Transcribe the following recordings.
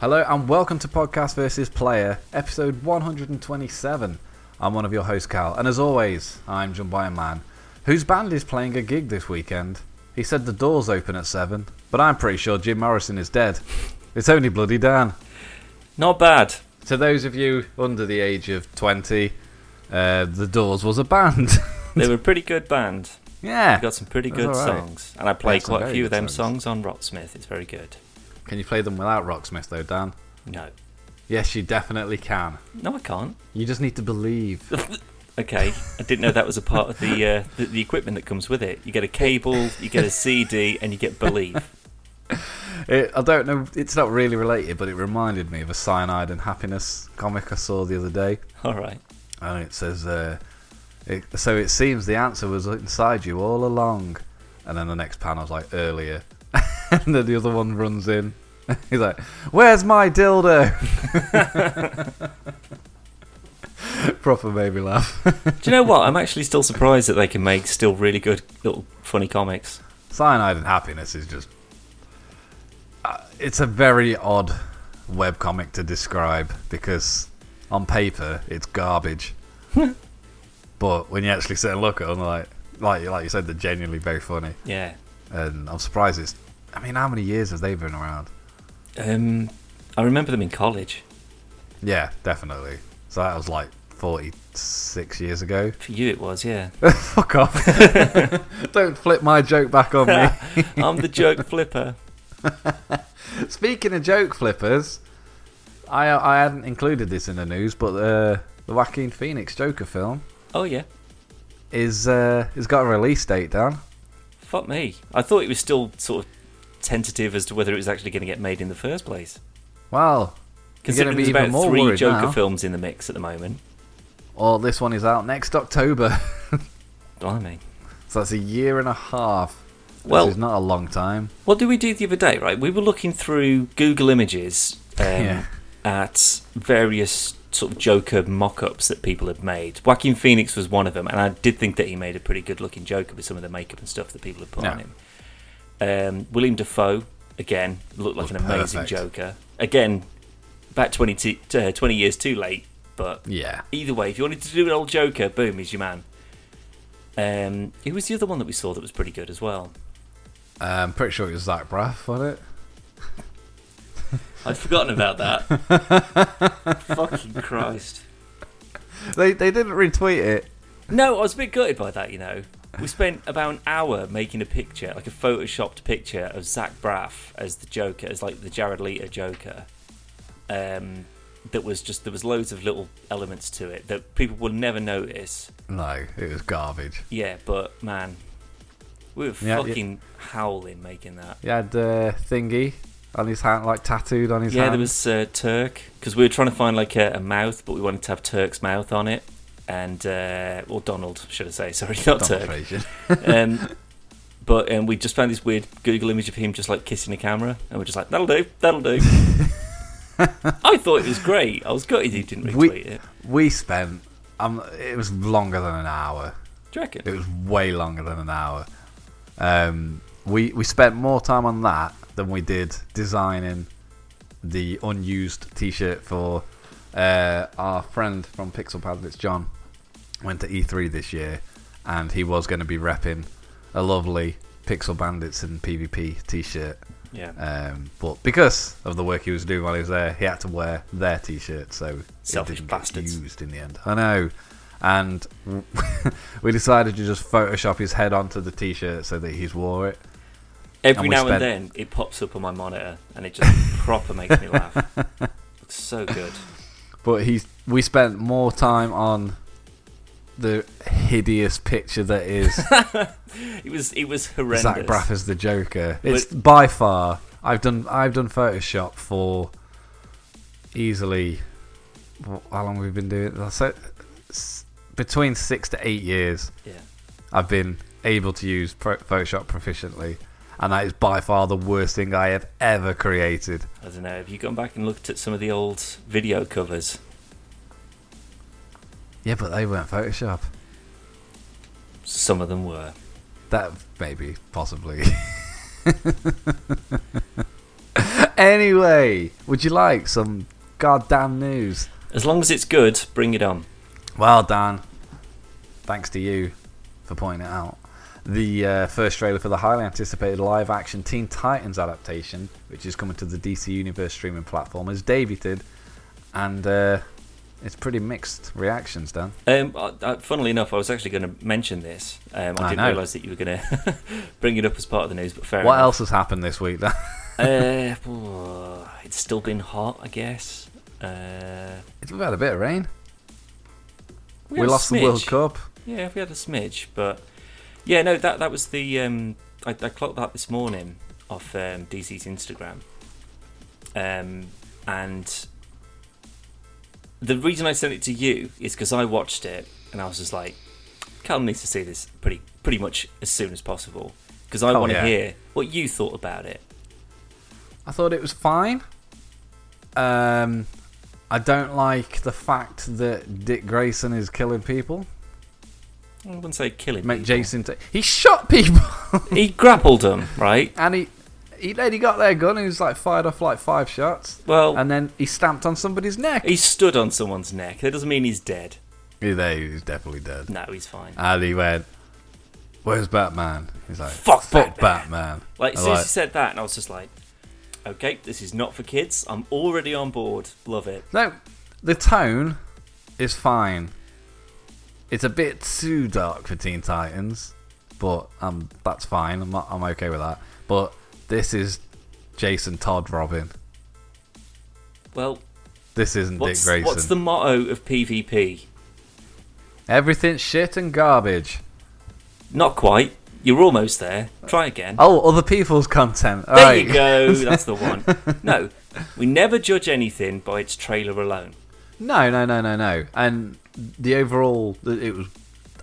Hello and welcome to Podcast versus Player, episode 127. I'm one of your hosts, Cal, and as always, I'm joined by a man whose band is playing a gig this weekend. He said the doors open at seven, but I'm pretty sure Jim Morrison is dead. It's only bloody Dan. Not bad. To those of you under the age of 20, uh, the Doors was a band. They were a pretty good band. yeah. They got some pretty That's good all right. songs, and I play Yeah, some quite a very few of good them songs. songs, on Rocksmith. It's very good. Can you play them without Rocksmith though, Dan? No, Yes, you definitely can. no, I can't. You just need to believe. Okay, I didn't know that was a part of the, uh, the the equipment that comes with it. You get a cable, you get a CD, and you get Believe. It, I don't know. It's not really related, but it reminded me of a Cyanide and Happiness comic I saw the other day, All right. and it says, uh, it, "So it seems the answer was inside you all along." And then the next panel's like earlier, and then the other one runs in. He's like, "Where's my dildo?" Proper made me laugh. Do you know what? I'm actually still surprised that they can make still really good little funny comics. Cyanide and Happiness is just. Uh, it's a very odd webcomic to describe because on paper it's garbage. but when you actually sit and look at them, like, like, like you said, they're genuinely very funny. Yeah. And I'm surprised it's. I mean, how many years have they been around? Um, I remember them in college. Yeah, definitely. So that was like 46 years ago. For you, it was. Yeah. Fuck off. Don't flip my joke back on me. I'm the joke flipper. Speaking of joke flippers, I I hadn't included this in the news, but uh, the Joaquin Phoenix Joker film Oh yeah. is uh, has got a release date, Dan. Fuck me. I thought it was still sort of tentative as to whether it was actually going to get made in the first place. Well, You're gonna Considering be there's even about more three worried Joker now. films in the mix at the moment. or this one is out next October, Blimey. so that's a year and a half. Well- which is not a long time. What did we do the other day, right? We were looking through Google Images um, Yeah. at various sort of Joker mock ups that people had made. Joaquin Phoenix was one of them, and I did think that he made a pretty good looking Joker with some of the makeup and stuff that people had put Yeah. on him. Um, William Defoe, again, looked like Was an amazing perfect. Joker. Again, about 20, t- uh, 20 years too late, but Yeah, either way, if you wanted to do an old Joker, boom, he's your man. Um, who was the other one that we saw that was pretty good as well? I'm pretty sure it was Zach Braff on it. I'd forgotten about that. Fucking Christ. They they didn't retweet it. No, I was a bit gutted by that, you know. We spent about an hour making a picture, like a photoshopped picture of Zach Braff as the Joker, as like the Jared Leto Joker. Um, that was just, there was loads of little elements to it that people will never notice. No, it was garbage. Yeah, but man, we were Yeah, yeah. fucking howling making that. He had uh, thingy on his hand, like tattooed on his yeah, hand. there was uh, Turk because we were trying to find like a, a mouth, but we wanted to have Turk's mouth on it, and uh, well, Donald should I say? Sorry, not Turk. Demonstration. Um, but um, we just found this weird Google image of him just like kissing a camera, and we're just like, "That'll do, that'll do." I thought it was great. I was gutted he didn't retweet We- it. We spent. Um, it was longer than an hour. Do you reckon? It was way longer than an hour. Um, we we spent more time on that than we did designing the unused T-shirt for uh, our friend from Pixel Padlets, John. Went to E3 this year, and he was going to be repping a lovely Pixel Bandits and PvP T-shirt. Yeah. Um, but because of the work he was doing while he was there, he had to wear their t-shirt, so Selfish it didn't bastards. get used in the end. I know. And we decided to just Photoshop his head onto the t-shirt so that he's wore it. Every and we now spent- and then it pops up on my monitor, and it just proper makes me laugh. Looks so good. But he's we spent more time on the hideous picture that is It was it was horrendous. Zach Braff as the Joker. It's by far I've done I've done Photoshop for easily wh- how long have we been doing it? So s- between six to eight years Yeah. I've been able to use Pro- Photoshop proficiently, and that is by far the worst thing I have ever created. I don't know. Have you gone back and looked at some of the old video covers? Yeah, but they weren't Photoshop. Some of them were. That maybe possibly. Anyway, would you like some goddamn news? As long as it's good, bring it on. Well, Dan, thanks to you for pointing it out. The uh, first trailer for the highly anticipated live action Teen Titans adaptation, which is coming to the DC Universe streaming platform, is debuted and uh, it's pretty mixed reactions, Dan. Um, I, I, funnily enough, I was actually going to mention this. Um, I, I didn't know. realise that you were going to bring it up as part of the news, but fair what enough. else has happened this week, Dan? uh, oh, it's still been hot, I guess. Uh, We've had a bit of rain. We, had a lost the World smidge. Cup. Yeah, we had a smidge, but yeah, no, that that was the um, I, I clocked that this morning off um, DC's Instagram, um, and the reason I sent it to you is because I watched it and I was just like, Callum needs to see this pretty pretty much as soon as possible because I Oh, want to yeah. hear what you thought about it. I thought it was fine. Um, I don't like the fact that Dick Grayson is killing people. I wouldn't say killing. Make people. Jason. Ta- he shot people, He grappled him, right? and he he then he got their gun and he was like fired off like five shots, Well, and then he stamped on somebody's neck. he stood on someone's neck. That doesn't mean he's dead. He's there. He's definitely dead. No, he's fine. And he went, "Where's Batman?" He's like, Fuck Batman." Like, as I'm soon as he said that, and I was just like, okay, this is not for kids. I'm already on board. Love it. No, the tone is fine. It's a bit too dark for Teen Titans, but um, that's fine. I'm I'm okay with that. But this is Jason Todd Robin. Well, This isn't Dick what's, Grayson. what's the motto of PvP? Everything's shit and garbage. Not quite. You're almost there. Try again. Oh, other people's content. there Alright. you go. That's the one. No, we never judge anything by its trailer alone. No, no, no, no, no. And the overall, it was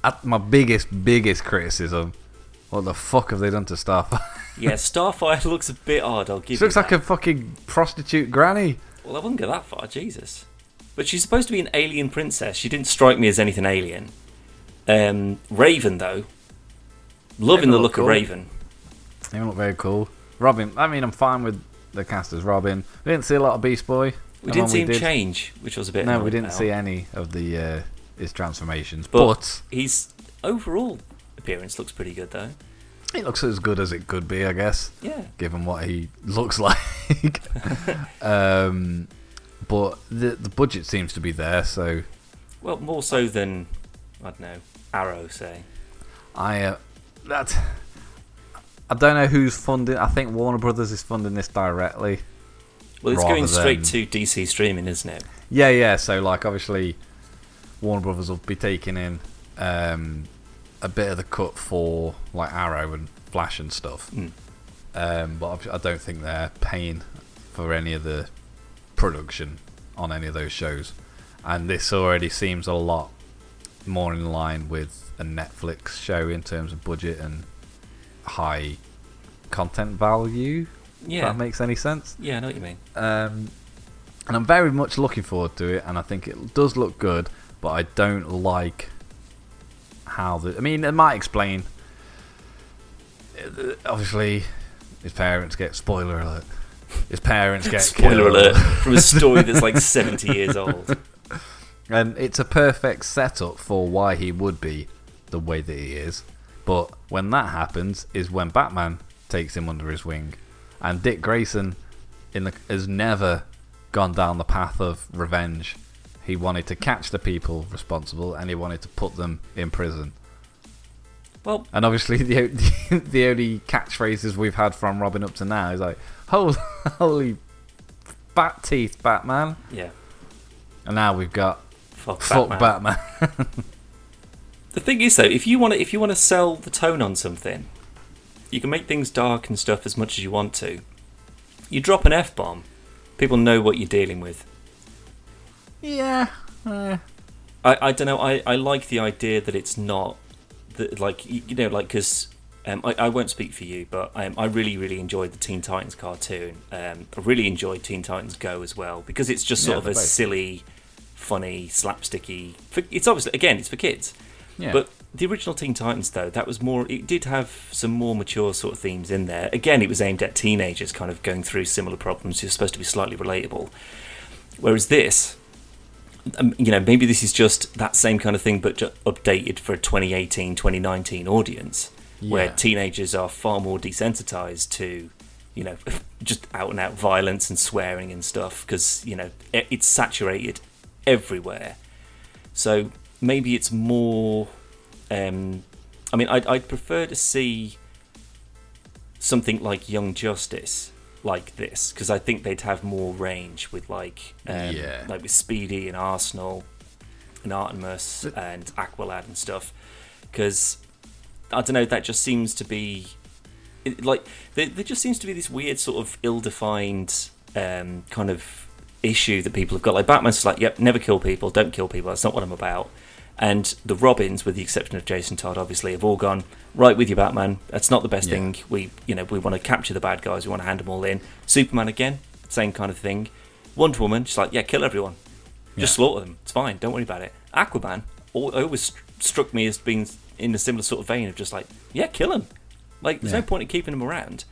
at my biggest, biggest criticism. What the fuck have they done to Starfire? Yeah, Starfire looks a bit odd. I'll give she looks you like that. a fucking prostitute granny. Well, I wouldn't go that far, Jesus. But she's supposed to be an alien princess. She didn't strike me as anything alien. Um, Raven, though, loving Raven the looked look cool. of Raven. They look very cool. Robin, I mean, I'm fine with the cast as Robin. We didn't see a lot of Beast Boy. We And didn't when see him did- change, which was a bit. No, we annoying didn't about. see any of the uh, his transformations. But- But, His overall appearance looks pretty good, though. it looks as good as it could be, I guess, Yeah. given what he looks like. um, but the the budget seems to be there, so Well, more so than I don't know Arrow, say. I uh, that I don't know who's funding. I think Warner Brothers is funding this directly. Well, it's Rather going straight than- to DC streaming, isn't it? Yeah, yeah. So like, obviously, Warner Brothers will be taking in um, a bit of the cut for like Arrow and Flash and stuff. Mm. Um, but obvi- I don't think they're paying for any of the production on any of those shows. And this already seems a lot more in line with a Netflix show in terms of budget and high content value. Yeah. If that makes any sense. yeah, I know what you mean. Um, and I'm very much looking forward to it, and I think it does look good, but I don't like how the. I mean, it might explain. uh, Obviously, his parents get. Spoiler alert. His parents get. Spoiler killed. alert from a story that's like 70 years old. And it's a perfect setup for why he would be the way that he is. But when that happens is when Batman takes him under his wing. And Dick Grayson in the, has never gone down the path of revenge. He wanted to catch the people responsible and he wanted to put them in prison. Well, And obviously, the o- the only catchphrases we've had from Robin up to now is like, "Holy, holy bat teeth, Batman!" yeah. And now we've got Fuck, "Fuck Batman. Batman." The thing is, though, if you want to, if you want to sell the tone on something, you can make things dark and stuff as much as you want to. You drop an f bomb, people know what you're dealing with. yeah. eh. I, I don't know. I, I like the idea that it's not that like you, you know like because um, I I won't speak for you, but um, I really really enjoyed the Teen Titans cartoon. Um, I really enjoyed Teen Titans Go as well because it's just sort Yeah, of they're a both- silly, funny, slapsticky. For, it's obviously again it's for kids, Yeah. but the original Teen Titans, though, that was more. It did have some more mature sort of themes in there. Again, it was aimed at teenagers, kind of going through similar problems. You're supposed to be slightly relatable. Whereas this, um, you know, maybe this is just that same kind of thing, but ju- updated for a 2018, 2019 audience, where Yeah. teenagers are far more desensitized to, you know, just out and out violence and swearing and stuff, because you know it, it's saturated everywhere. So maybe it's more. Um, I mean, I'd, I'd prefer to see something like Young Justice like this because I think they'd have more range with like um, Yeah. like with Speedy and Arsenal and Artemis and Aqualad and stuff because I don't know that just seems to be it, like there, there just seems to be this weird sort of ill-defined um, kind of issue that people have got like batman's just like yep never kill people don't kill people that's not what i'm about and the robins with the exception of jason todd obviously have all gone right with you batman that's not the best Yeah. thing we you know we want to capture the bad guys we want to hand them all in superman again same kind of thing wonder woman she's like yeah kill everyone just Yeah. slaughter them it's fine don't worry about it aquaman al- always st- struck me as being in a similar sort of vein of just like yeah kill him like there's Yeah. no point in keeping him around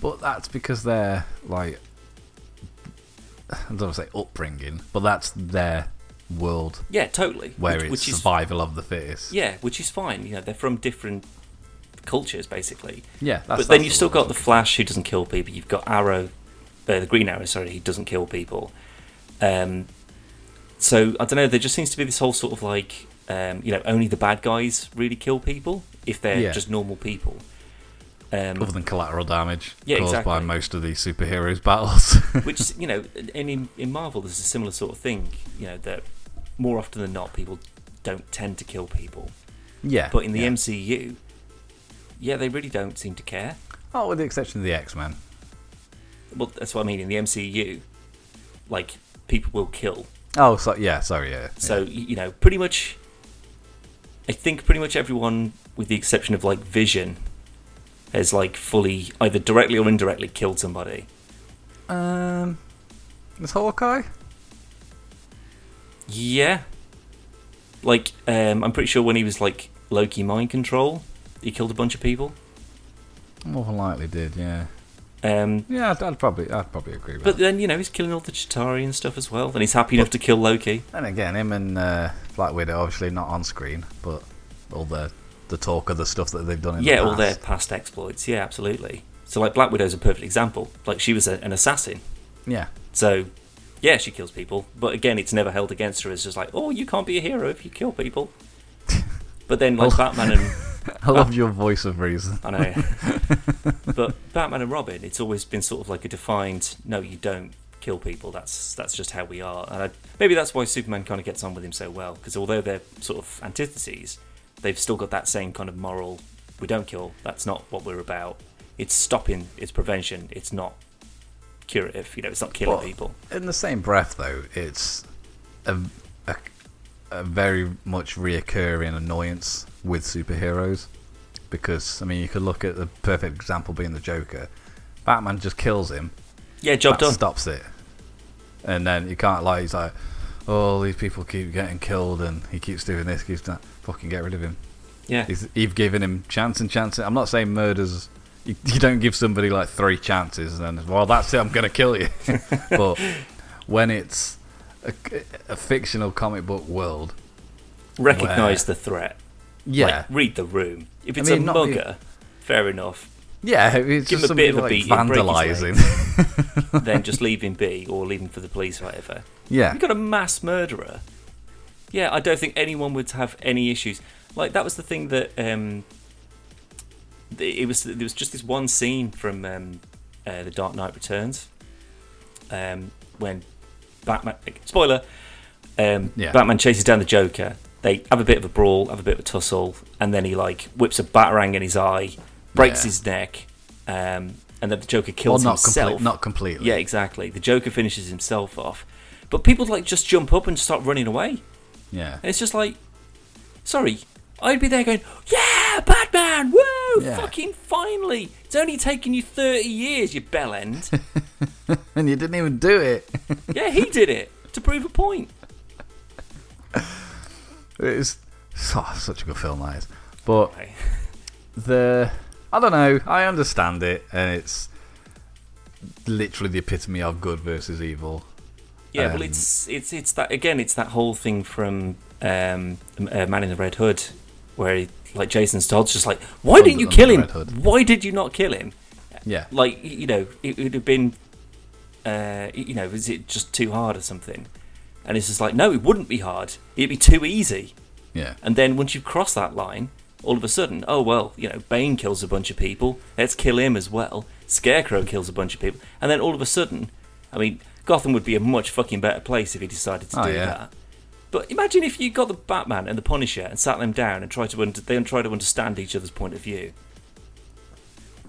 But that's because they're like I don't want to say upbringing, but that's their world Yeah, totally. where which, it's which is survival of the fittest. yeah, which is fine. You know, they're from different cultures basically. Yeah, that's, but then that's you've the still word I got the was Flash who doesn't kill people. You've got Arrow, uh, the Green Arrow, sorry, he doesn't kill people. Um, so I don't know. There just seems to be this whole sort of like, um, you know, only the bad guys really kill people if they're Yeah. just normal people. thinking. Um, other than collateral damage Yeah, caused by exactly. most of these superheroes' battles. which you know, and in, in Marvel, there's a similar sort of thing. You know that more often than not, people don't tend to kill people. yeah, But in the yeah. MCU, yeah, they really don't seem to care. oh, with the exception of the X Men. Well, that's what I mean. In the MCU, like people will kill. Oh, so yeah, sorry, yeah. So y you know, pretty much, I think pretty much everyone, with the exception of like Vision, has like fully either directly or indirectly killed somebody. yeah. um, is Hawkeye? Yeah. Like, um, I'm pretty sure when he was like Loki mind control, he killed a bunch of people. More than likely did, yeah. Um, Yeah, I'd, I'd probably, I'd probably agree with. but that. then you know he's killing all the Chitari and stuff as well, and he's happy enough to kill Loki. And again, him and uh, Black Widow obviously not on screen, but all the the talk of the stuff that they've done in yeah, the past. all their past exploits. Yeah, absolutely. So like Black Widow's a perfect example. Like she was a, an assassin. Yeah, So yeah, she kills people, but again, it's never held against her as just like, oh, you can't be a hero if you kill people. But then like Oh. Batman and I love your voice of reason. I know, but Batman and Robin, it's always been sort of like a defined no, you don't kill people. That's that's just how we are, and I, maybe that's why Superman kind of gets on with him so well because although they're sort of antitheses, they've still got that same kind of moral. We don't kill. That's not what we're about. It's stopping. It's prevention. It's not curative. You know, it's not killing Well, people. In the same breath, though, it's a, a, a very much reoccurring annoyance with superheroes because I mean, you could look at the perfect example being the Joker. Batman just kills him. Yeah, job that done. stops it, and then you can't like he's like, oh, these people keep getting killed, and he keeps doing this, keeps that. Fucking get rid of him. Yeah, He's, you've given him chance and chance. I'm not saying murders. You, you don't give somebody like three chances and then well that's it. I'm gonna kill you. but when it's a, a fictional comic book world, recognize the threat. yeah, Like, read the room. If I it's mean, a not really- mugger, fair enough. yeah, it's Give just him a somebody bit of a like beating, break his vandalizing. then just leave him be or leave him for the police or whatever. yeah, You've got a mass murderer. Yeah, I don't think anyone would have any issues. Like that was the thing that um, th- it was. There was just this one scene from um, uh, the Dark Knight Returns um, when Batman. Spoiler. Um, Yeah. Batman chases down the Joker. They have a bit of a brawl, have a bit of a tussle, and then he like whips a batarang in his eye, breaks Yeah. his neck, um, and then the Joker well, kills not himself. complete, not completely. Yeah, exactly. The Joker finishes himself off, but people like just jump up and start running away. yeah, And it's just like, sorry, I'd be there going, yeah, Batman, woo, Yeah. fucking finally! It's only taken you thirty years, you bell end. and you didn't even do it. yeah, he did it to prove a point. It's oh, such a good film that is. But Okay. the I don't know. I understand it, and it's literally the epitome of good versus evil. Yeah, Um, well, it's it's it's that again. It's that whole thing from um, uh, Man in the Red Hood, where he, like Jason Todd's just like, why Under- didn't you under kill the him? Red Hood." Why did you not kill him? Yeah, Like y- you know, it would have been, uh, you know, is it just too hard or something? And it's just like, no, it wouldn't be hard. It'd be too easy. yeah, And then once you cross that line, all of a sudden, oh well, you know, Bane kills a bunch of people. Let's kill him as well. Scarecrow kills a bunch of people, and then all of a sudden, I mean, Gotham would be a much fucking better place if he decided to Oh, do yeah. that. But imagine if you got the Batman and the Punisher and sat them down and tried to und- then try to understand each other's point of view.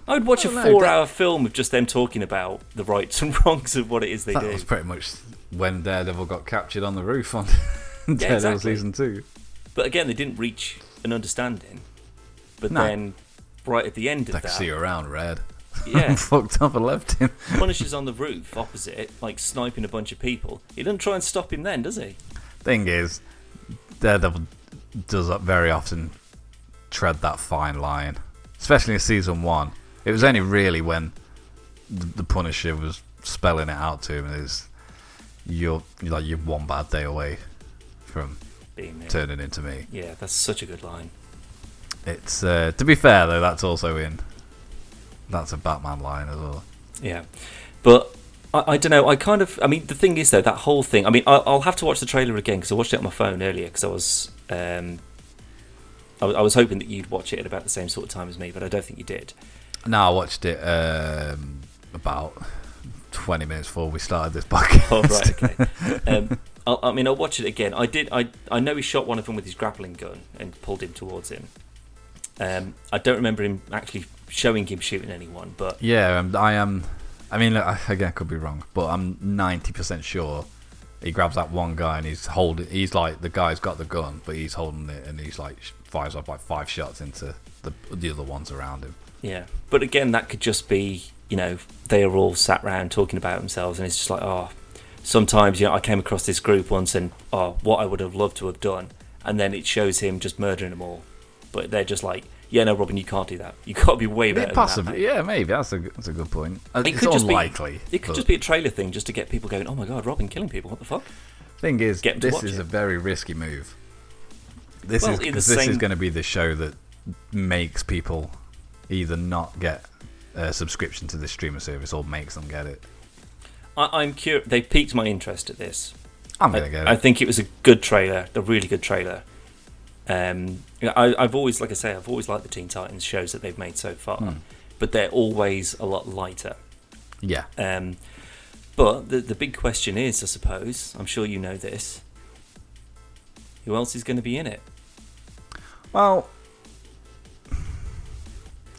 I would watch I a don't know, four-hour film of just them talking about the rights and wrongs of what it is they that do. was pretty much when Daredevil got captured on the roof on Daredevil exactly. season two. But again, they didn't reach an understanding. But No. then, right at the end of I could that, see you around red. Yeah. fucked up and left him. Punisher's on the roof opposite, like sniping a bunch of people. He doesn't try and stop him then, does he? Thing is, Daredevil does very often tread that fine line, especially in season one. It was only really when the the Punisher was spelling it out to him, and it's you're you're like you're one bad day away from Being there. turning into me. Yeah, that's such a good line. It's uh, to be fair though, that's also in that's a Batman line as well. Yeah, but I, I don't know. I kind of. I mean, the thing is though, that whole thing. I mean, I, I'll have to watch the trailer again because I watched it on my phone earlier because I was. Um, I, was- I was hoping that you'd watch it at about the same sort of time as me, but I don't think you did. Now I watched it um, about twenty minutes before we started this podcast. Oh, right, okay. Um, I, I mean, I'll watch it again. I did. I I know he shot one of them with his grappling gun and pulled him towards him. Um, I don't remember him actually showing him shooting anyone, but Yeah, um, I am. I mean, look, I, again, I could be wrong, but I'm 90% sure he grabs that one guy and he's holding. He's like the guy's got the gun, but he's holding it and he's like sh- fires off like five shots into the the other ones around him. yeah. But again, that could just be you know they are all sat round talking about themselves, and it's just like oh, sometimes you know I came across this group once, and oh, what I would have loved to have done, and then it shows him just murdering them all, but they're just like yeah, no, Robin, you can't do that. You got to be way better. Maybe, than that, mate." possibly, yeah, maybe that's a that's a good point. Uh, It it's could just be- unlikely. It could but just be a trailer thing just to get people going, oh my god, Robin killing people, what the fuck? Thing is, get 'em to this watch is it. a very risky move. This Well, is in the 'cause this is same- going to be the show that makes people either not get a subscription to the streaming service or makes them get it. I- I'm curious. They piqued my interest at this. I'm I, gonna get it. I think it was a good trailer, a really good trailer. Um, you know, I, I've always, like I say, I've always liked the Teen Titans shows that they've made so Hmm. far, but they're always a lot lighter. yeah. Um, but the, the big question is, I suppose, I'm sure you know this, who else is going to be in it? Well,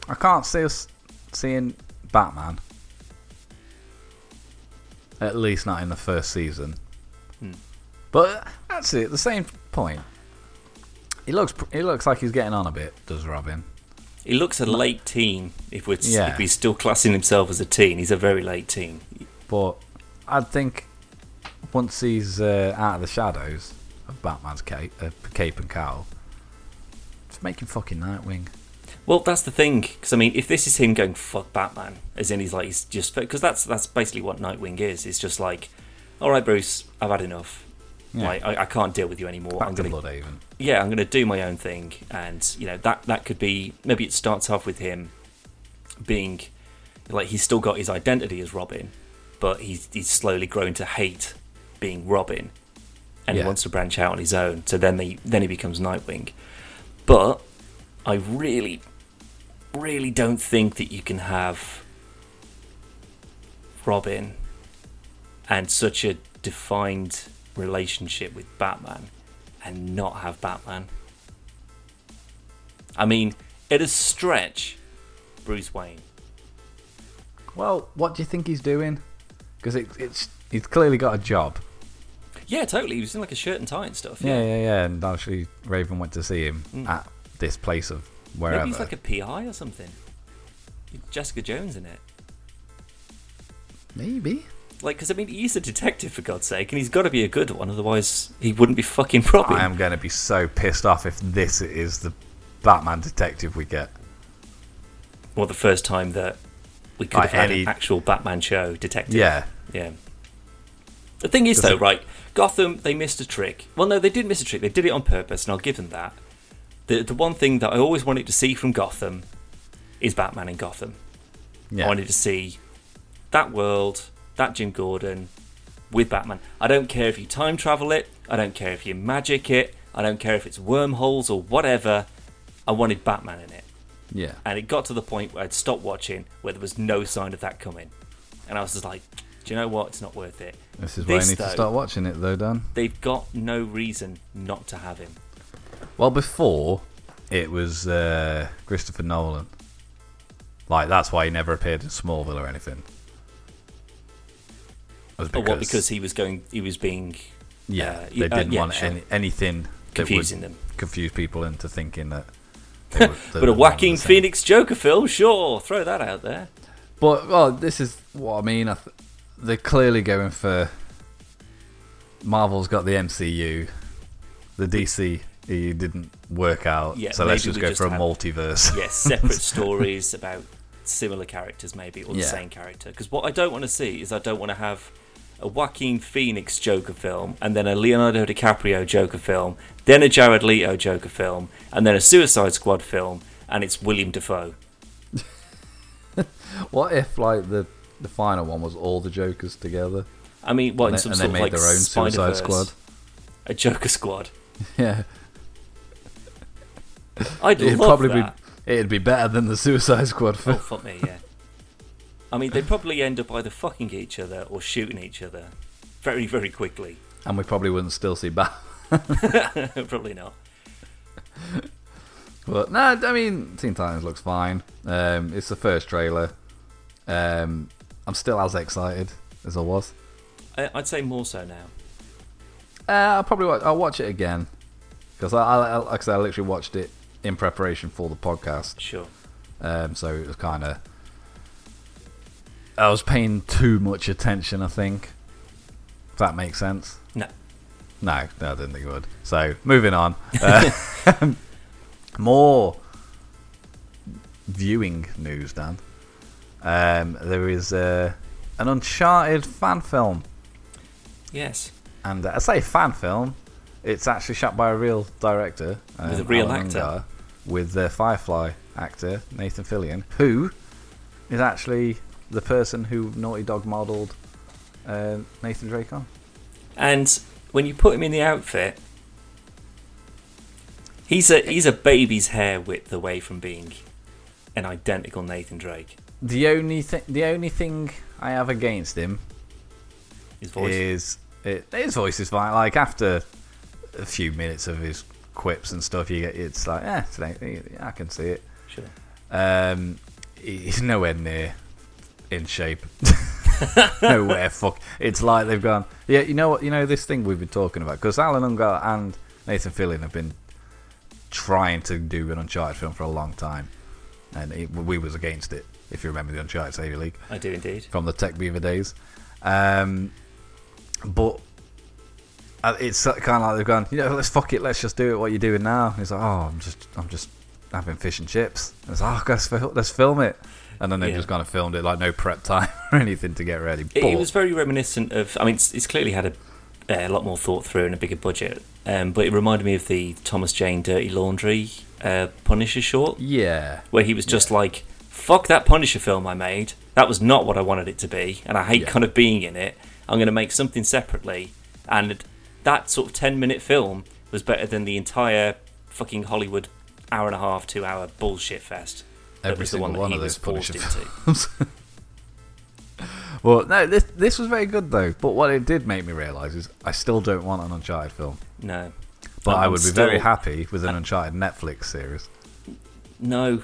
I can't see us seeing Batman. At least not in the first season. Hmm. But actually, at the same point, he looks pr- he looks like he's getting on a bit. Does Robin? He looks a late teen. If we're Yeah. if he's still classing himself as a teen, he's a very late teen. But I think once he's uh, out of the shadows of Batman's cape, uh, cape and cowl, just make him fucking Nightwing. Well, that's the thing, because I mean, if this is him going fuck Batman, as in he's like he's just because that's that's basically what Nightwing is. It's just like, all right, Bruce, I've had enough. Yeah. Like, I, I can't deal with you anymore. Back I'm to gonna, Bloodhaven. yeah, I'm gonna do my own thing, and you know that that could be maybe it starts off with him being like he's still got his identity as Robin, but he's he's slowly growing to hate being Robin, and Yeah. he wants to branch out on his own. So then they then he becomes Nightwing, but I really, really don't think that you can have Robin and such a defined relationship with Batman and not have Batman. I mean, at a stretch, Bruce Wayne. Well, what do you think he's doing? Because it, it's he's clearly got a job. Yeah, totally. He was in like a shirt and tie and stuff. Yeah, yeah, yeah. And actually, Raven went to see him Mm. at this place of wherever. Maybe he's like a PI or something. Jessica Jones in it. Maybe. Like, because I mean, he's a detective for God's sake, and he's got to be a good one, otherwise he wouldn't be fucking Robin. I am going to be so pissed off if this is the Batman detective we get. Well, the first time that we could Like have had any- an actual Batman show detective. Yeah, Yeah. The thing is, Does though, it- right? Gotham, they missed a trick. Well, no, they did miss a trick. They did it on purpose, and I'll give them that. The, the one thing that I always wanted to see from Gotham is Batman in Gotham. I yeah. wanted to see that world, that Jim Gordon with Batman. I don't care if you time travel it, I don't care if you magic it, I don't care if it's wormholes or whatever. I wanted Batman in it. yeah. And it got to the point where I'd stopped watching, where there was no sign of that coming. And I was just like, do you know what? It's not worth it. This is where this, I need though- to start watching it, though, Dan. They've got no reason not to have him. Well, before it was uh, Christopher Nolan. Like that's why he never appeared in Smallville or anything. Was Or Oh, what? Because he was going, he was being yeah, uh, they uh, didn't yeah, want sure. any, anything confusing that them. would confuse people into thinking that. they were- they But were a one and Joaquin the same. Phoenix Joker film, sure, throw that out there. But well, this is what I mean. I th- they're clearly going for. Marvel's got the MCU, the DC he didn't work out, Yeah, so let's maybe just we go just for a have- multiverse. Yes, separate stories about similar characters, maybe, or the Yeah. same character. Because what I don't want to see is I don't want to have a Joaquin Phoenix Joker film, and then a Leonardo DiCaprio Joker film, then a Jared Leto Joker film, and then a Suicide Squad film, and it's William Defoe. What if like the the final one was all the Jokers together, I mean, what in and, they, some and sort they made of like their own Suicide Spider-Verse, Squad? a Joker Squad. Yeah, I'd it'd love probably that. be it'd be better than the Suicide Squad Oh film. fuck me, yeah. I mean, they'd probably end up either fucking each other or shooting each other very, very quickly. and we probably wouldn't still see Bat. probably not. But no, I mean Teen Titans looks fine. Um, it's the first trailer. Um, I'm still as excited as I was. I, I'd say more so now. Uh, I'll probably watch, I'll watch it again because I, I, I like I said, I literally watched it in preparation for the podcast. Sure. Um, so it was kind of. I was paying too much attention, I think. If that makes sense. No. No, no, I didn't think it would. So moving on. Uh, more viewing news, Dan. Um, there is uh, an Uncharted fan film. Yes. And uh, I say fan film, it's actually shot by a real director. With a real actor. Ungar, with the Firefly actor, Nathan Fillion, who is actually the person who Naughty Dog modelled uh, Nathan Drake on. And when you put him in the outfit, he's a he's a baby's hair width away from being an identical Nathan Drake. The only, thi- the only thing I have against him His voice. is it, his voice is fine. Like after a few minutes of his quips and stuff, you get it's like, eh, it's Nathan- I can see it. Sure. Um, he- he's nowhere near in shape. nowhere. Fuck. It's like they've gone. Yeah, you know what? You know this thing we've been talking about because Alan Ungar and Nathan Fillion have been trying to do an Uncharted film for a long time, and it, we was against it. If you remember the Uncharted Savior League I do indeed. from the Tech Beaver days. Um, but uh, it's kind of like they've gone, you know, let's fuck it, let's just do it. What you're doing now? And he's like, oh, I'm just, I'm just having fish and chips. And it's like, oh, let's, fil- let's film it. And then they've Yeah. just kind of filmed it, like no prep time or anything to get ready. It, but it was very reminiscent of. I mean, it's, it's clearly had a, a lot more thought through and a bigger budget. Um, but it reminded me of the Thomas Jane Dirty Laundry uh, Punisher short, yeah, where he was just like, "Fuck that Punisher film I made. That was not what I wanted it to be, and I hate Yeah. kind of being in it. I'm going to make something separately." And that sort of ten-minute film was better than the entire fucking Hollywood hour and a half, two-hour bullshit fest. that every was the single that one, he of those was forced Punisher into. films. well, no, this this was very good though. But what it did make me realise is I still don't want an Uncharted film. No, But I'm- i I'm would be very still- happy with an Uncharted Netflix series. No,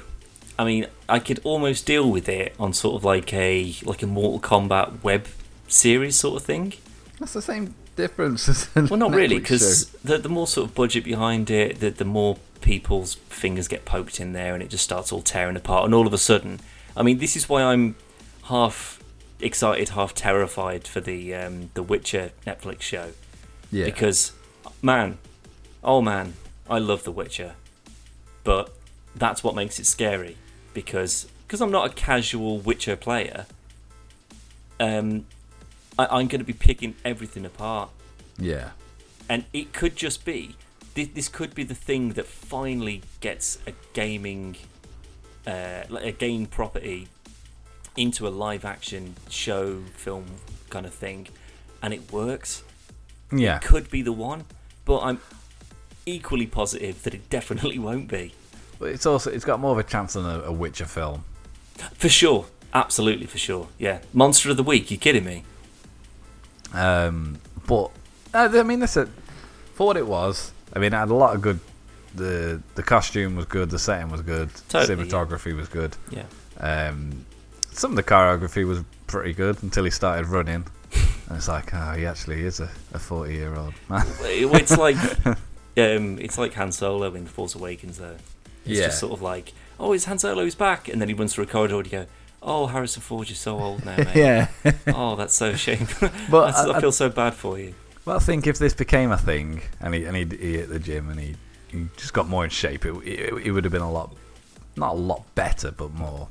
I mean I could almost deal with it on sort of like a like a Mortal Kombat web series sort of thing. That's the same difference. As a Well, not Netflix show. really, 'cause really, because the, the more sort of budget behind it, the the more people's fingers get poked in there, and it just starts all tearing apart. And all of a sudden, I mean, this is why I'm half excited, half terrified for the um, the Witcher Netflix show yeah, because man, oh man, I love The Witcher, but that's what makes it scary because because I'm not a casual Witcher player. Um, I, I'm going to be picking everything apart, Yeah. and it could just be this, this could be the thing that finally gets a gaming, uh, like a game property into a live action show film kind of thing, and it works Yeah. could be the one, but I'm equally positive that it definitely won't be. But it's also it's got more of a chance than a, a Witcher film. For sure. Absolutely for sure. Yeah. Monster of the Week, you kidding me? Um, but uh, I mean, listen, for what it was, I mean, it had a lot of good. The the costume was good. The setting was good. Totally, yeah. cinematography was good. Yeah. Um, some of the choreography was pretty good until he started running. And it's like, oh, he actually is a, a 40 year old man. It- It's like um it's like Han Solo in The Force Awakens though. It's Yeah. just sort of like, Oh, it's Han Solo he's back and then he runs through a corridor and you go, Oh, Harrison Ford, you're so old now, mate. yeah. Oh, that's so shameful. But That's- I, I- I- feel so bad for you. Well, I think if this became a thing and he, and he, he hit the gym and he, he just got more in shape, it, it, it would have been a lot, not a lot better, but more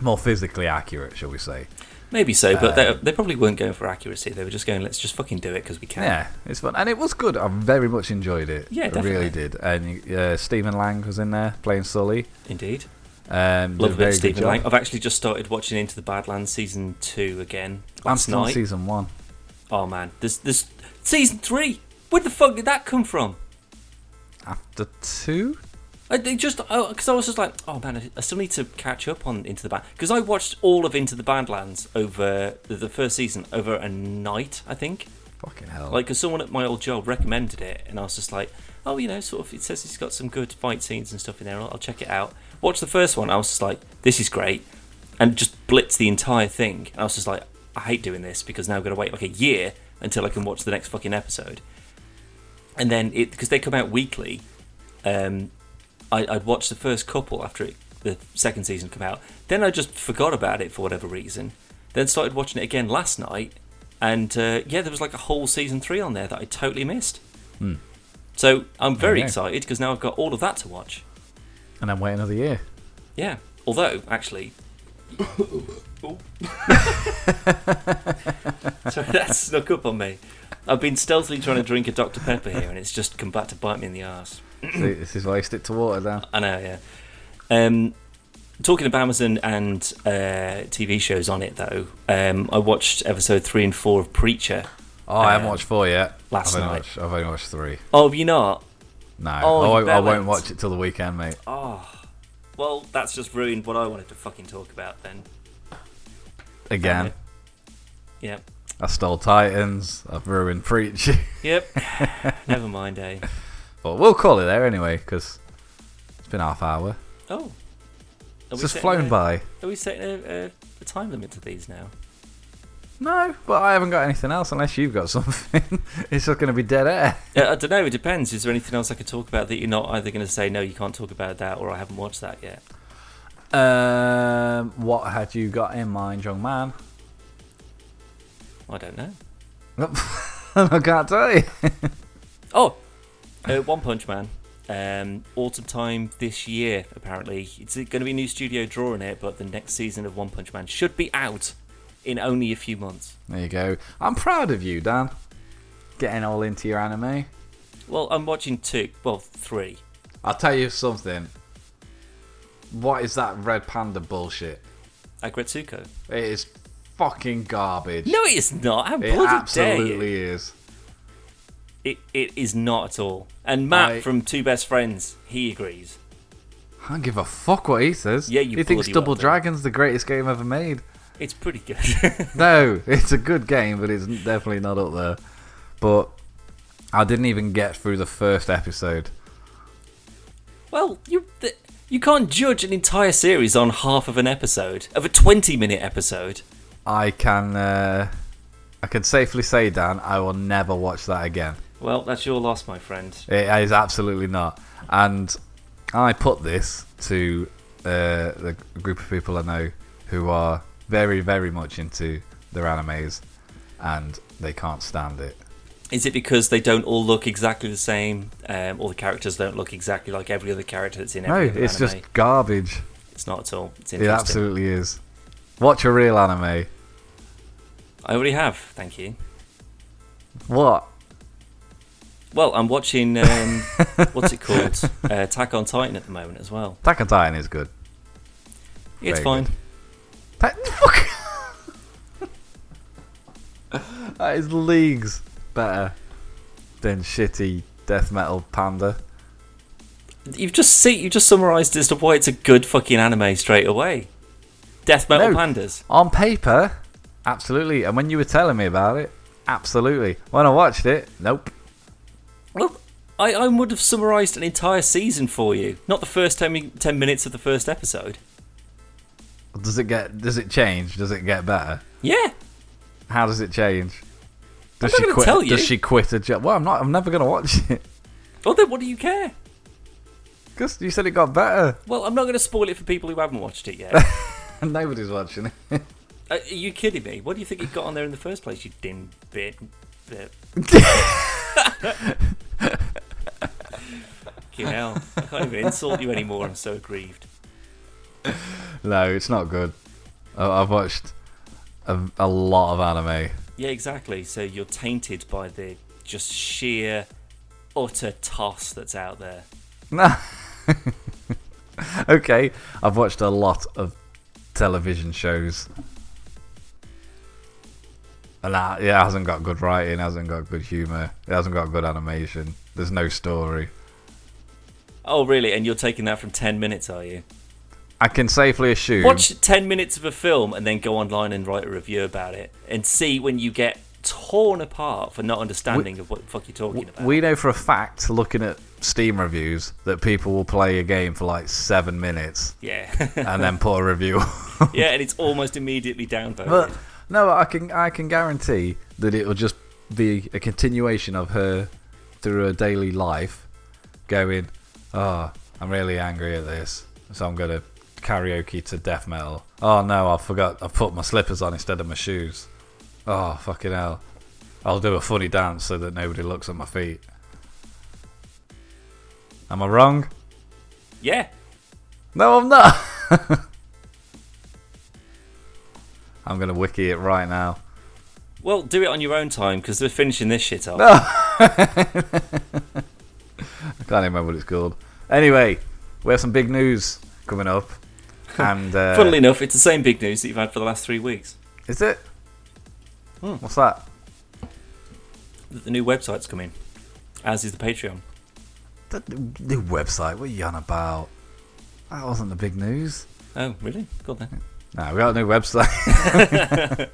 more physically accurate, shall we say. Maybe so, but Uh, they, they probably weren't going for accuracy. They were just going, let's just fucking do it because we can. Yeah, it's fun. And it was good. I very much enjoyed it. Yeah, I really definitely. did. And uh, Stephen Lang was in there playing Sully. Indeed. Um, did Love a very a bit good of Stephen job. Lang. Oh, I've actually just started watching Into the Badlands season two again I'm last still on night. season one. oh man, there's there's season three. Where the fuck did that come from? After two? I they just because I was just like, oh man, I- I still need to catch up on Into the Bad because I watched all of Into the Badlands over the, the first season over a night, I think. Fucking hell. Like, because someone at my old job recommended it, and I was just like, oh, you know, sort of, it says it's got some good fight scenes and stuff in there. I'll, I'll check it out. Watch the first one. I was just like, this is great. And just blitzed the entire thing. And I was just like, I hate doing this because now I've got to wait like a year until I can watch the next fucking episode. And then it, because they come out weekly, um, I, I'd watched the first couple after it, the second season come out. Then I just forgot about it for whatever reason. Then started watching it again last night, and uh, yeah, there was like a whole season three on there that I totally missed. Hmm. So I'm very Okay. excited because now I've got all of that to watch. and then wait another year. Yeah. Although, actually. Oh. Sorry, that snuck up on me. I've been stealthily trying to drink a Dr. Pepper here, and it's just come back to bite me in the arse. See, this is why I stick to water now. I know, yeah. Um, talking about Amazon and uh, TV shows on it, though, um, I watched episode three and four of Preacher. Oh, I haven't Um, watched four yet. last I've only night. Watched, I've only watched three. Oh, have you not? No, Oh, I, you won't- I won't bellend. watch it till the weekend, mate. Oh, well, that's just ruined what I wanted to fucking talk about then. Again, Okay. Yep. I stole Titans. I've ruined Preach. Yep. Never mind, eh? but we'll call it there anyway, because it's been half hour. Oh. Are it's we just setting flown a- by. Are we setting a, a, a time limit to these now? No, but I haven't got anything else unless you've got something. it's just going to be dead air. Uh, I don't know. It depends. Is there anything else I could talk about that you're not either going to say no, you can't talk about that, or I haven't watched that yet? Um, what had you got in mind, young man? I don't know. I can't tell you. Oh, uh, One Punch Man. Um, autumn time this year, apparently. It's going to be a new studio drawing it, but the next season of One Punch Man should be out in only a few months. There you go. I'm proud of you, Dan. Getting all into your anime. Well, I'm watching two, well, three. I'll tell you something. What is that red panda bullshit? Agretsuko. It is fucking garbage. No, it is not. How it bloody dare you? absolutely is. It, it is not at all. And Matt I- from Two Best Friends, he agrees. I don't give a fuck what he says. Yeah, you he thinks bloody well Double do. Dragon's the greatest game ever made. It's pretty good. No, it's a good game, but it's definitely not up there. But I didn't even get through the first episode. well, you th- you can't judge an entire series on half of an episode, of a 20 minute episode. I can, uh, I can safely say, Dan, I will never watch that again. Well, that's your loss, my friend. It is absolutely not. And I put this to uh, the group of people I know who are very, very much into their animes, and they can't stand it. Is it because they don't all look exactly the same? Um, all the characters don't look exactly like every other character that's in No, every other it's anime. just garbage. It's not at all. It's It interesting. absolutely is. Watch a real anime. I already have. Thank you. What? Well, I'm watching um, what's it called? Uh, Attack on Titan at the moment as well. Attack on Titan is good. It's Very fine. That, fuck. that is leagues better than shitty death metal panda. You've just see you just summarised as to why it's a good fucking anime straight away. Death Metal No. Pandas. On paper, absolutely. And when you were telling me about it, absolutely. When I watched it, nope. Well, I, I would have summarised an entire season for you, not the first 10, mi- 10 minutes of the first episode. Does it get? Does it change? Does it get better? Yeah, How does it change? Does not she gonna quit? tell you. Does she quit a job? Well, I'm not. I'm never gonna watch it Well, then what do you care? because you said it got better, Well, I'm not going to spoil it for people who haven't watched it yet. Uh, and nobody's watching it. Are you kidding me? What do you think it got on there in the first place, you dim bit? bit. Fucking hell. I can't even insult you anymore. I'm so aggrieved. no, it's not good. I- I've watched a, a lot of anime. Yeah, exactly. So you're tainted by the just sheer, utter toss that's out there. No. okay, I've watched a lot of television shows. And that, yeah, it hasn't got good writing, hasn't got good humour, it hasn't got good animation. There's no story. Oh, really? And you're taking that from 10 minutes, are you? I can safely assume. Watch 10 minutes of a film and then go online and write a review about it and see when you get torn apart for not understanding of what the fuck you're talking about. We know for a fact, looking at Steam reviews, that people will play a game for like seven minutes yeah. and then put a review. yeah, and it's almost immediately downvoted. But no, I can I can guarantee that it'll just be a continuation of her through her daily life, going, oh, I'm really angry at this, so I'm gonna karaoke to death metal. Oh no, I forgot I put my slippers on instead of my shoes. Oh fucking hell, I'll do a funny dance so that nobody looks at my feet. Am I wrong? yeah. No, I'm not. I'm gonna wiki it right now. Well, do it on your own time because they're finishing this shit up. Can't even remember what it's called. Anyway, we have some big news coming up, and uh, Funnily enough, it's the same big news that you've had for the last three weeks. is it? Hmm. What's that? That the new website's come in, as is the Patreon. The the new website. What are you on about? That wasn't the big news. Oh, really? God then. No, we got a new website.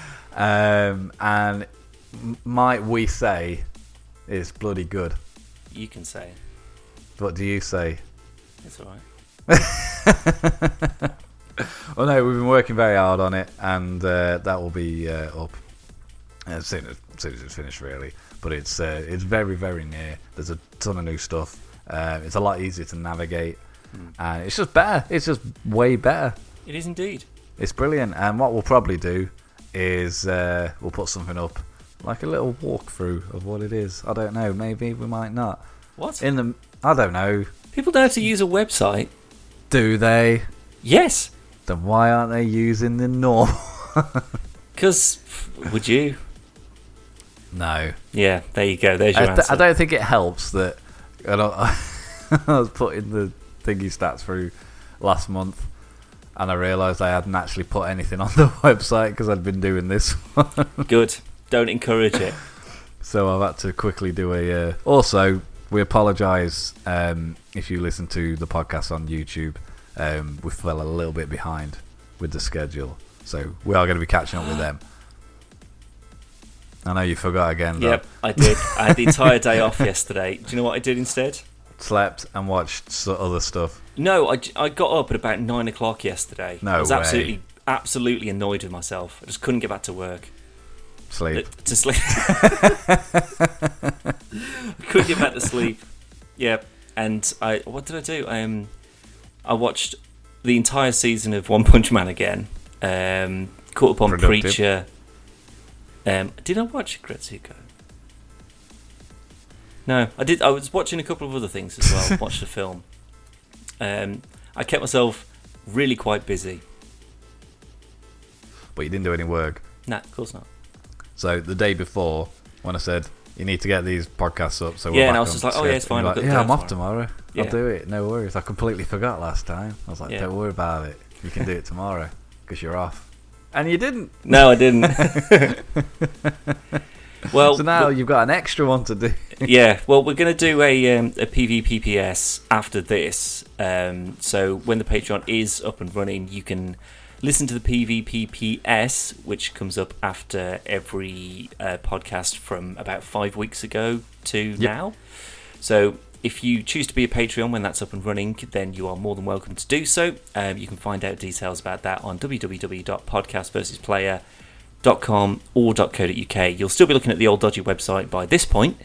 um, and m- might we say, it's bloody good. You can say. What do you say? It's alright. Well, no, we've been working very hard on it, and uh, that will be uh, up as soon as, as soon as it's finished, really. But it's uh, it's very very near. There's a ton of new stuff. Uh, it's a lot easier to navigate, and it's just better. It's just way better. It is indeed. It's brilliant. And what we'll probably do is uh, we'll put something up, like a little walkthrough of what it is. I don't know. Maybe we might not. What? In the I don't know. People know how to use a website. Do they? Yes, Then why aren't they using the norm? because would you? no. Yeah, there you go. There's your I, d- answer. I don't think it helps that I, don't, I was putting the thingy stats through last month, and I realised I hadn't actually put anything on the website because I'd been doing this one. Good. Don't encourage it. so I've had to quickly do a. Uh, also, we apologise um, if you listen to the podcast on YouTube. Um, we fell a little bit behind with the schedule, so we are going to be catching up with them. I know you forgot again. though. Yep, I did. I had the entire day off yesterday. Do you know what I did instead? Slept and watched so- other stuff. No, I, j- I got up at about nine o'clock yesterday. No I was way. absolutely absolutely annoyed with myself. I just couldn't get back to work. Sleep. Uh, To sleep. couldn't get back to sleep. Yep. And I what did I do? Um, I watched the entire season of One Punch Man again. Um, caught up on Productive. Preacher. Um, did I watch Gretsuko? No, I did. I was watching a couple of other things as well. watched a film. Um, I kept myself really quite busy. But you didn't do any work. Nah, of course not. So the day before, when I said you need to get these podcasts up, so we're Yeah, and back I was on just like, oh, schedule," yeah, it's fine, you're I've Like, got yeah, time I'm off tomorrow. tomorrow." I'll Yeah. do it. No worries. I completely forgot last time. I was like, Yeah. don't worry about it. You can do it tomorrow because you're off. And you didn't. No, I didn't. well, so now w- you've got an extra one to do. yeah. Well, we're going to do a um, a PVPPS after this. Um, so when the Patreon is up and running, you can listen to the PVPPS, which comes up after every uh, podcast from about five weeks ago to now. So if you choose to be a Patreon when that's up and running, then you are more than welcome to do so. Um, you can find out details about that on www.podcastversusplayer.com or .co.uk. You'll still be looking at the old dodgy website by this point.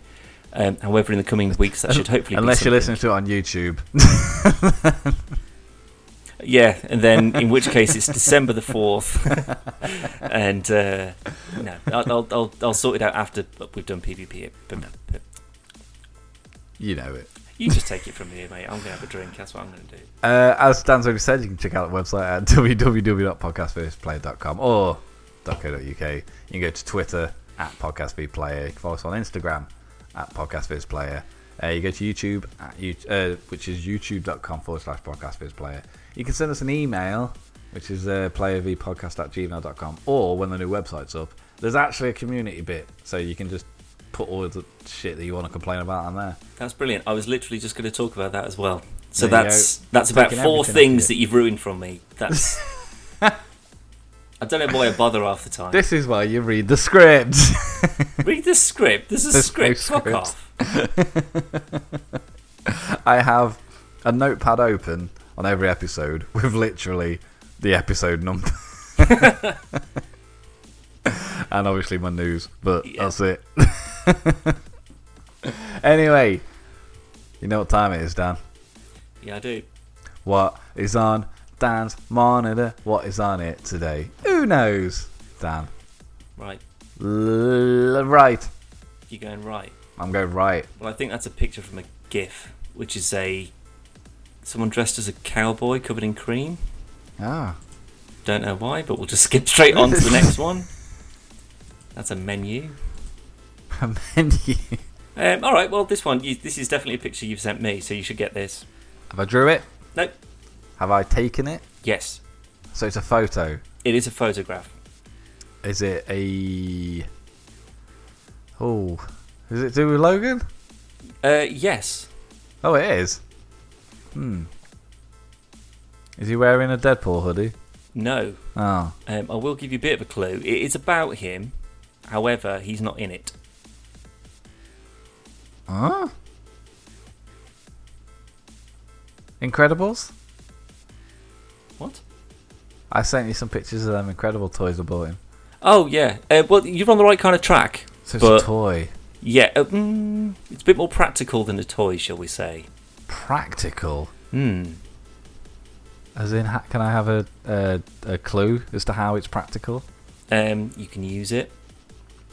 Um, however, in the coming weeks, that should hopefully Unless be you're something- listening to it on YouTube. Yeah, and then in which case it's December the fourth, and uh, no, I'll, I'll, I'll I'll sort it out after we've done PvP. But- but you know it. You just take it from here, mate. I'm gonna have a drink. That's what I'm gonna do. Uh, as Dan's already said, you can check out the website at www.podcastfirstplayer.com or .co.uk. You can go to Twitter at podcastfirstplayer. You can follow us on Instagram at podcastfirstplayer. Uh, you go to YouTube, at you, uh, which is youtube.com forward slash podcastfirstplayer. You can send us an email, which is uh, playervpodcast at gmail.com, or when the new website's up, there's actually a community bit, so you can just put all the shit that you want to complain about on there. That's brilliant. I was literally just gonna talk about that as well. So There you that's go. that's about Taking everything four off things you. that you've ruined from me. That's I don't know why I bother half the time. This is why you read the script. Read the script. There's a There's no script. Fuck script. off. I have a notepad open on every episode with literally the episode number. and obviously my news, but Yeah. that's it. anyway, you know what time it is, Dan? Yeah, I do. What is on Dan's monitor? What is on it today? Who knows, Dan? Right, L- right. you're going right. I'm going right. Well, I think that's a picture from a GIF, which is a someone dressed as a cowboy covered in cream. Ah. Don't know why, but we'll just skip straight on to the next one. That's a menu. menu. Um, all right. Well, this one, you, this is definitely a picture you've sent me, so you should get this. Have I drew it? Nope. Have I taken it? Yes, So it's a photo. it is a photograph. Is it a? Oh, is it do with Logan? Uh, yes. Oh, it is. Hmm. Is he wearing a Deadpool hoodie? No. Oh, Um, I will give you a bit of a clue. It is about him. However, he's not in it. huh? Incredibles? What? I sent you some pictures of them Incredible toys I bought him. Oh yeah. Uh, well, you're on the right kind of track. So it's But- a toy. Yeah. Uh, mm, it's a bit more practical than a toy, shall we say? Practical. Hmm. As in, ha- can I have a, a a clue as to how it's practical? Um, you can use it.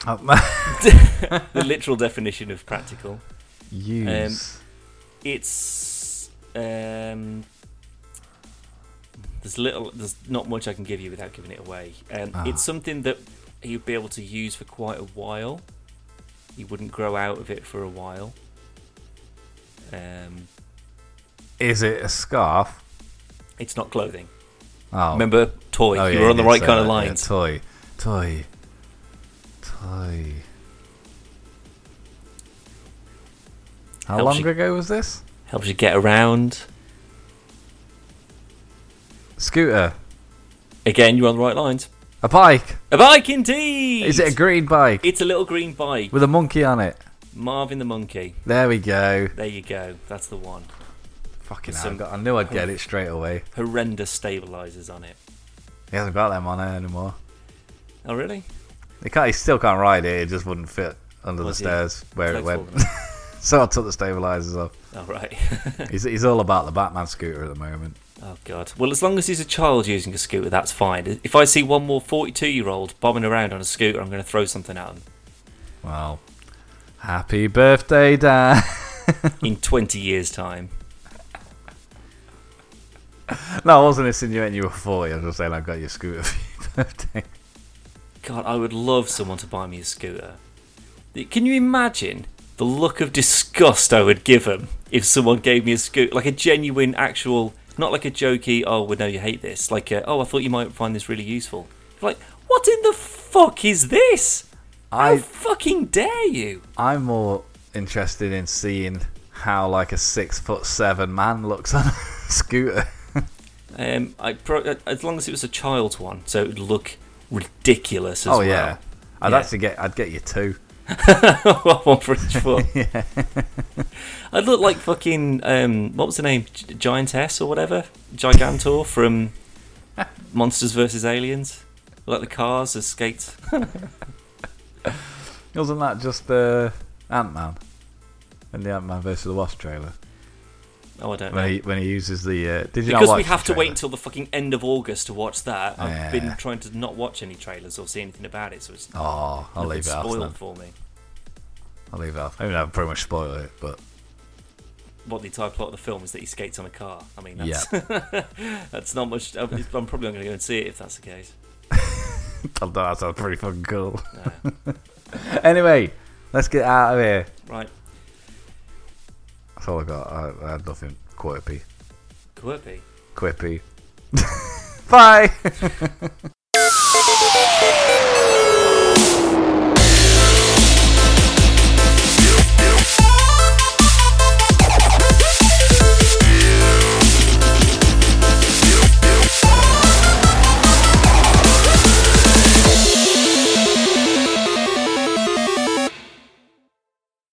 Uh, Oh, The literal definition of practical. use. um, It's um. There's little. There's not much I can give you without giving it away. Um, Ah. It's something that you'd be able to use for quite a while. You wouldn't grow out of it for a while. Um, Is it a scarf? it's not clothing. Oh, Remember, toy. Oh, you yeah, were on the did right say kind of that, yeah. lines. toy, toy, toy. How Helps long you- ago was this? Helps you get around. Scooter, Again, you're on the right lines. a bike. A bike, indeed. Is it a green bike It's a little green bike. with a monkey on it? Marvin the monkey. There we go. There you go. That's the one. Fucking With hell, some- I got- I knew I'd get it straight away. Horrendous stabilizers on it. He hasn't got them on it anymore. Oh, really? He can't. He still can't ride it. It just wouldn't fit under Was the he- stairs where it Legs went. falling off. So I took the stabilizers off. Oh, right. he's, he's all about the Batman scooter at the moment. oh, God. Well, as long as he's a child using a scooter, that's fine. If I see one more 42 year old bobbing around on a scooter, I'm going to throw something at him. Well, Happy birthday, Dan. in 20 years' time. no, I wasn't insinuating you were 40. I was just saying I got your scooter for your birthday. God, I would love someone to buy me a scooter. Can you imagine the look of disgust I would give them if someone gave me a scooter? Like a genuine, actual, not like a jokey, oh, well, no, you hate this. Like, a, oh, I thought you might find this really useful. Like, what in the fuck is this? I I- fucking dare you. I'm more interested in seeing how like a six foot seven man looks on a scooter. Um, I pro- as long as it was a child's one, so it would look ridiculous as oh well. yeah, I'd Yeah. actually get I'd get you two. one for each foot. I look like fucking um, what was the name, G- Giantess or whatever, Gigantor from Monsters vs Aliens. Like the cars as skates. Wasn't that just uh, Ant Man and the Ant Man versus the Wasp trailer Oh, I don't know. when he when he uses the uh, did you not Because we watch the have to wait trailer? until the fucking end of August to watch that. I've Yeah. been trying to not watch any trailers or see anything about it, so it's Oh, I'll nothing leave it off. spoiled Then. for me. I'll leave it off. I mean, I've pretty much spoiled it, but What the entire plot of the film is that he skates on a car. I mean, that's that's not much. I'm I'm probably not going to go and see it if that's the case. that sounds pretty fucking cool. No. anyway, let's get out of here. right, That's all I got. I, I had nothing. Quippy, Quirky. quippy. Bye.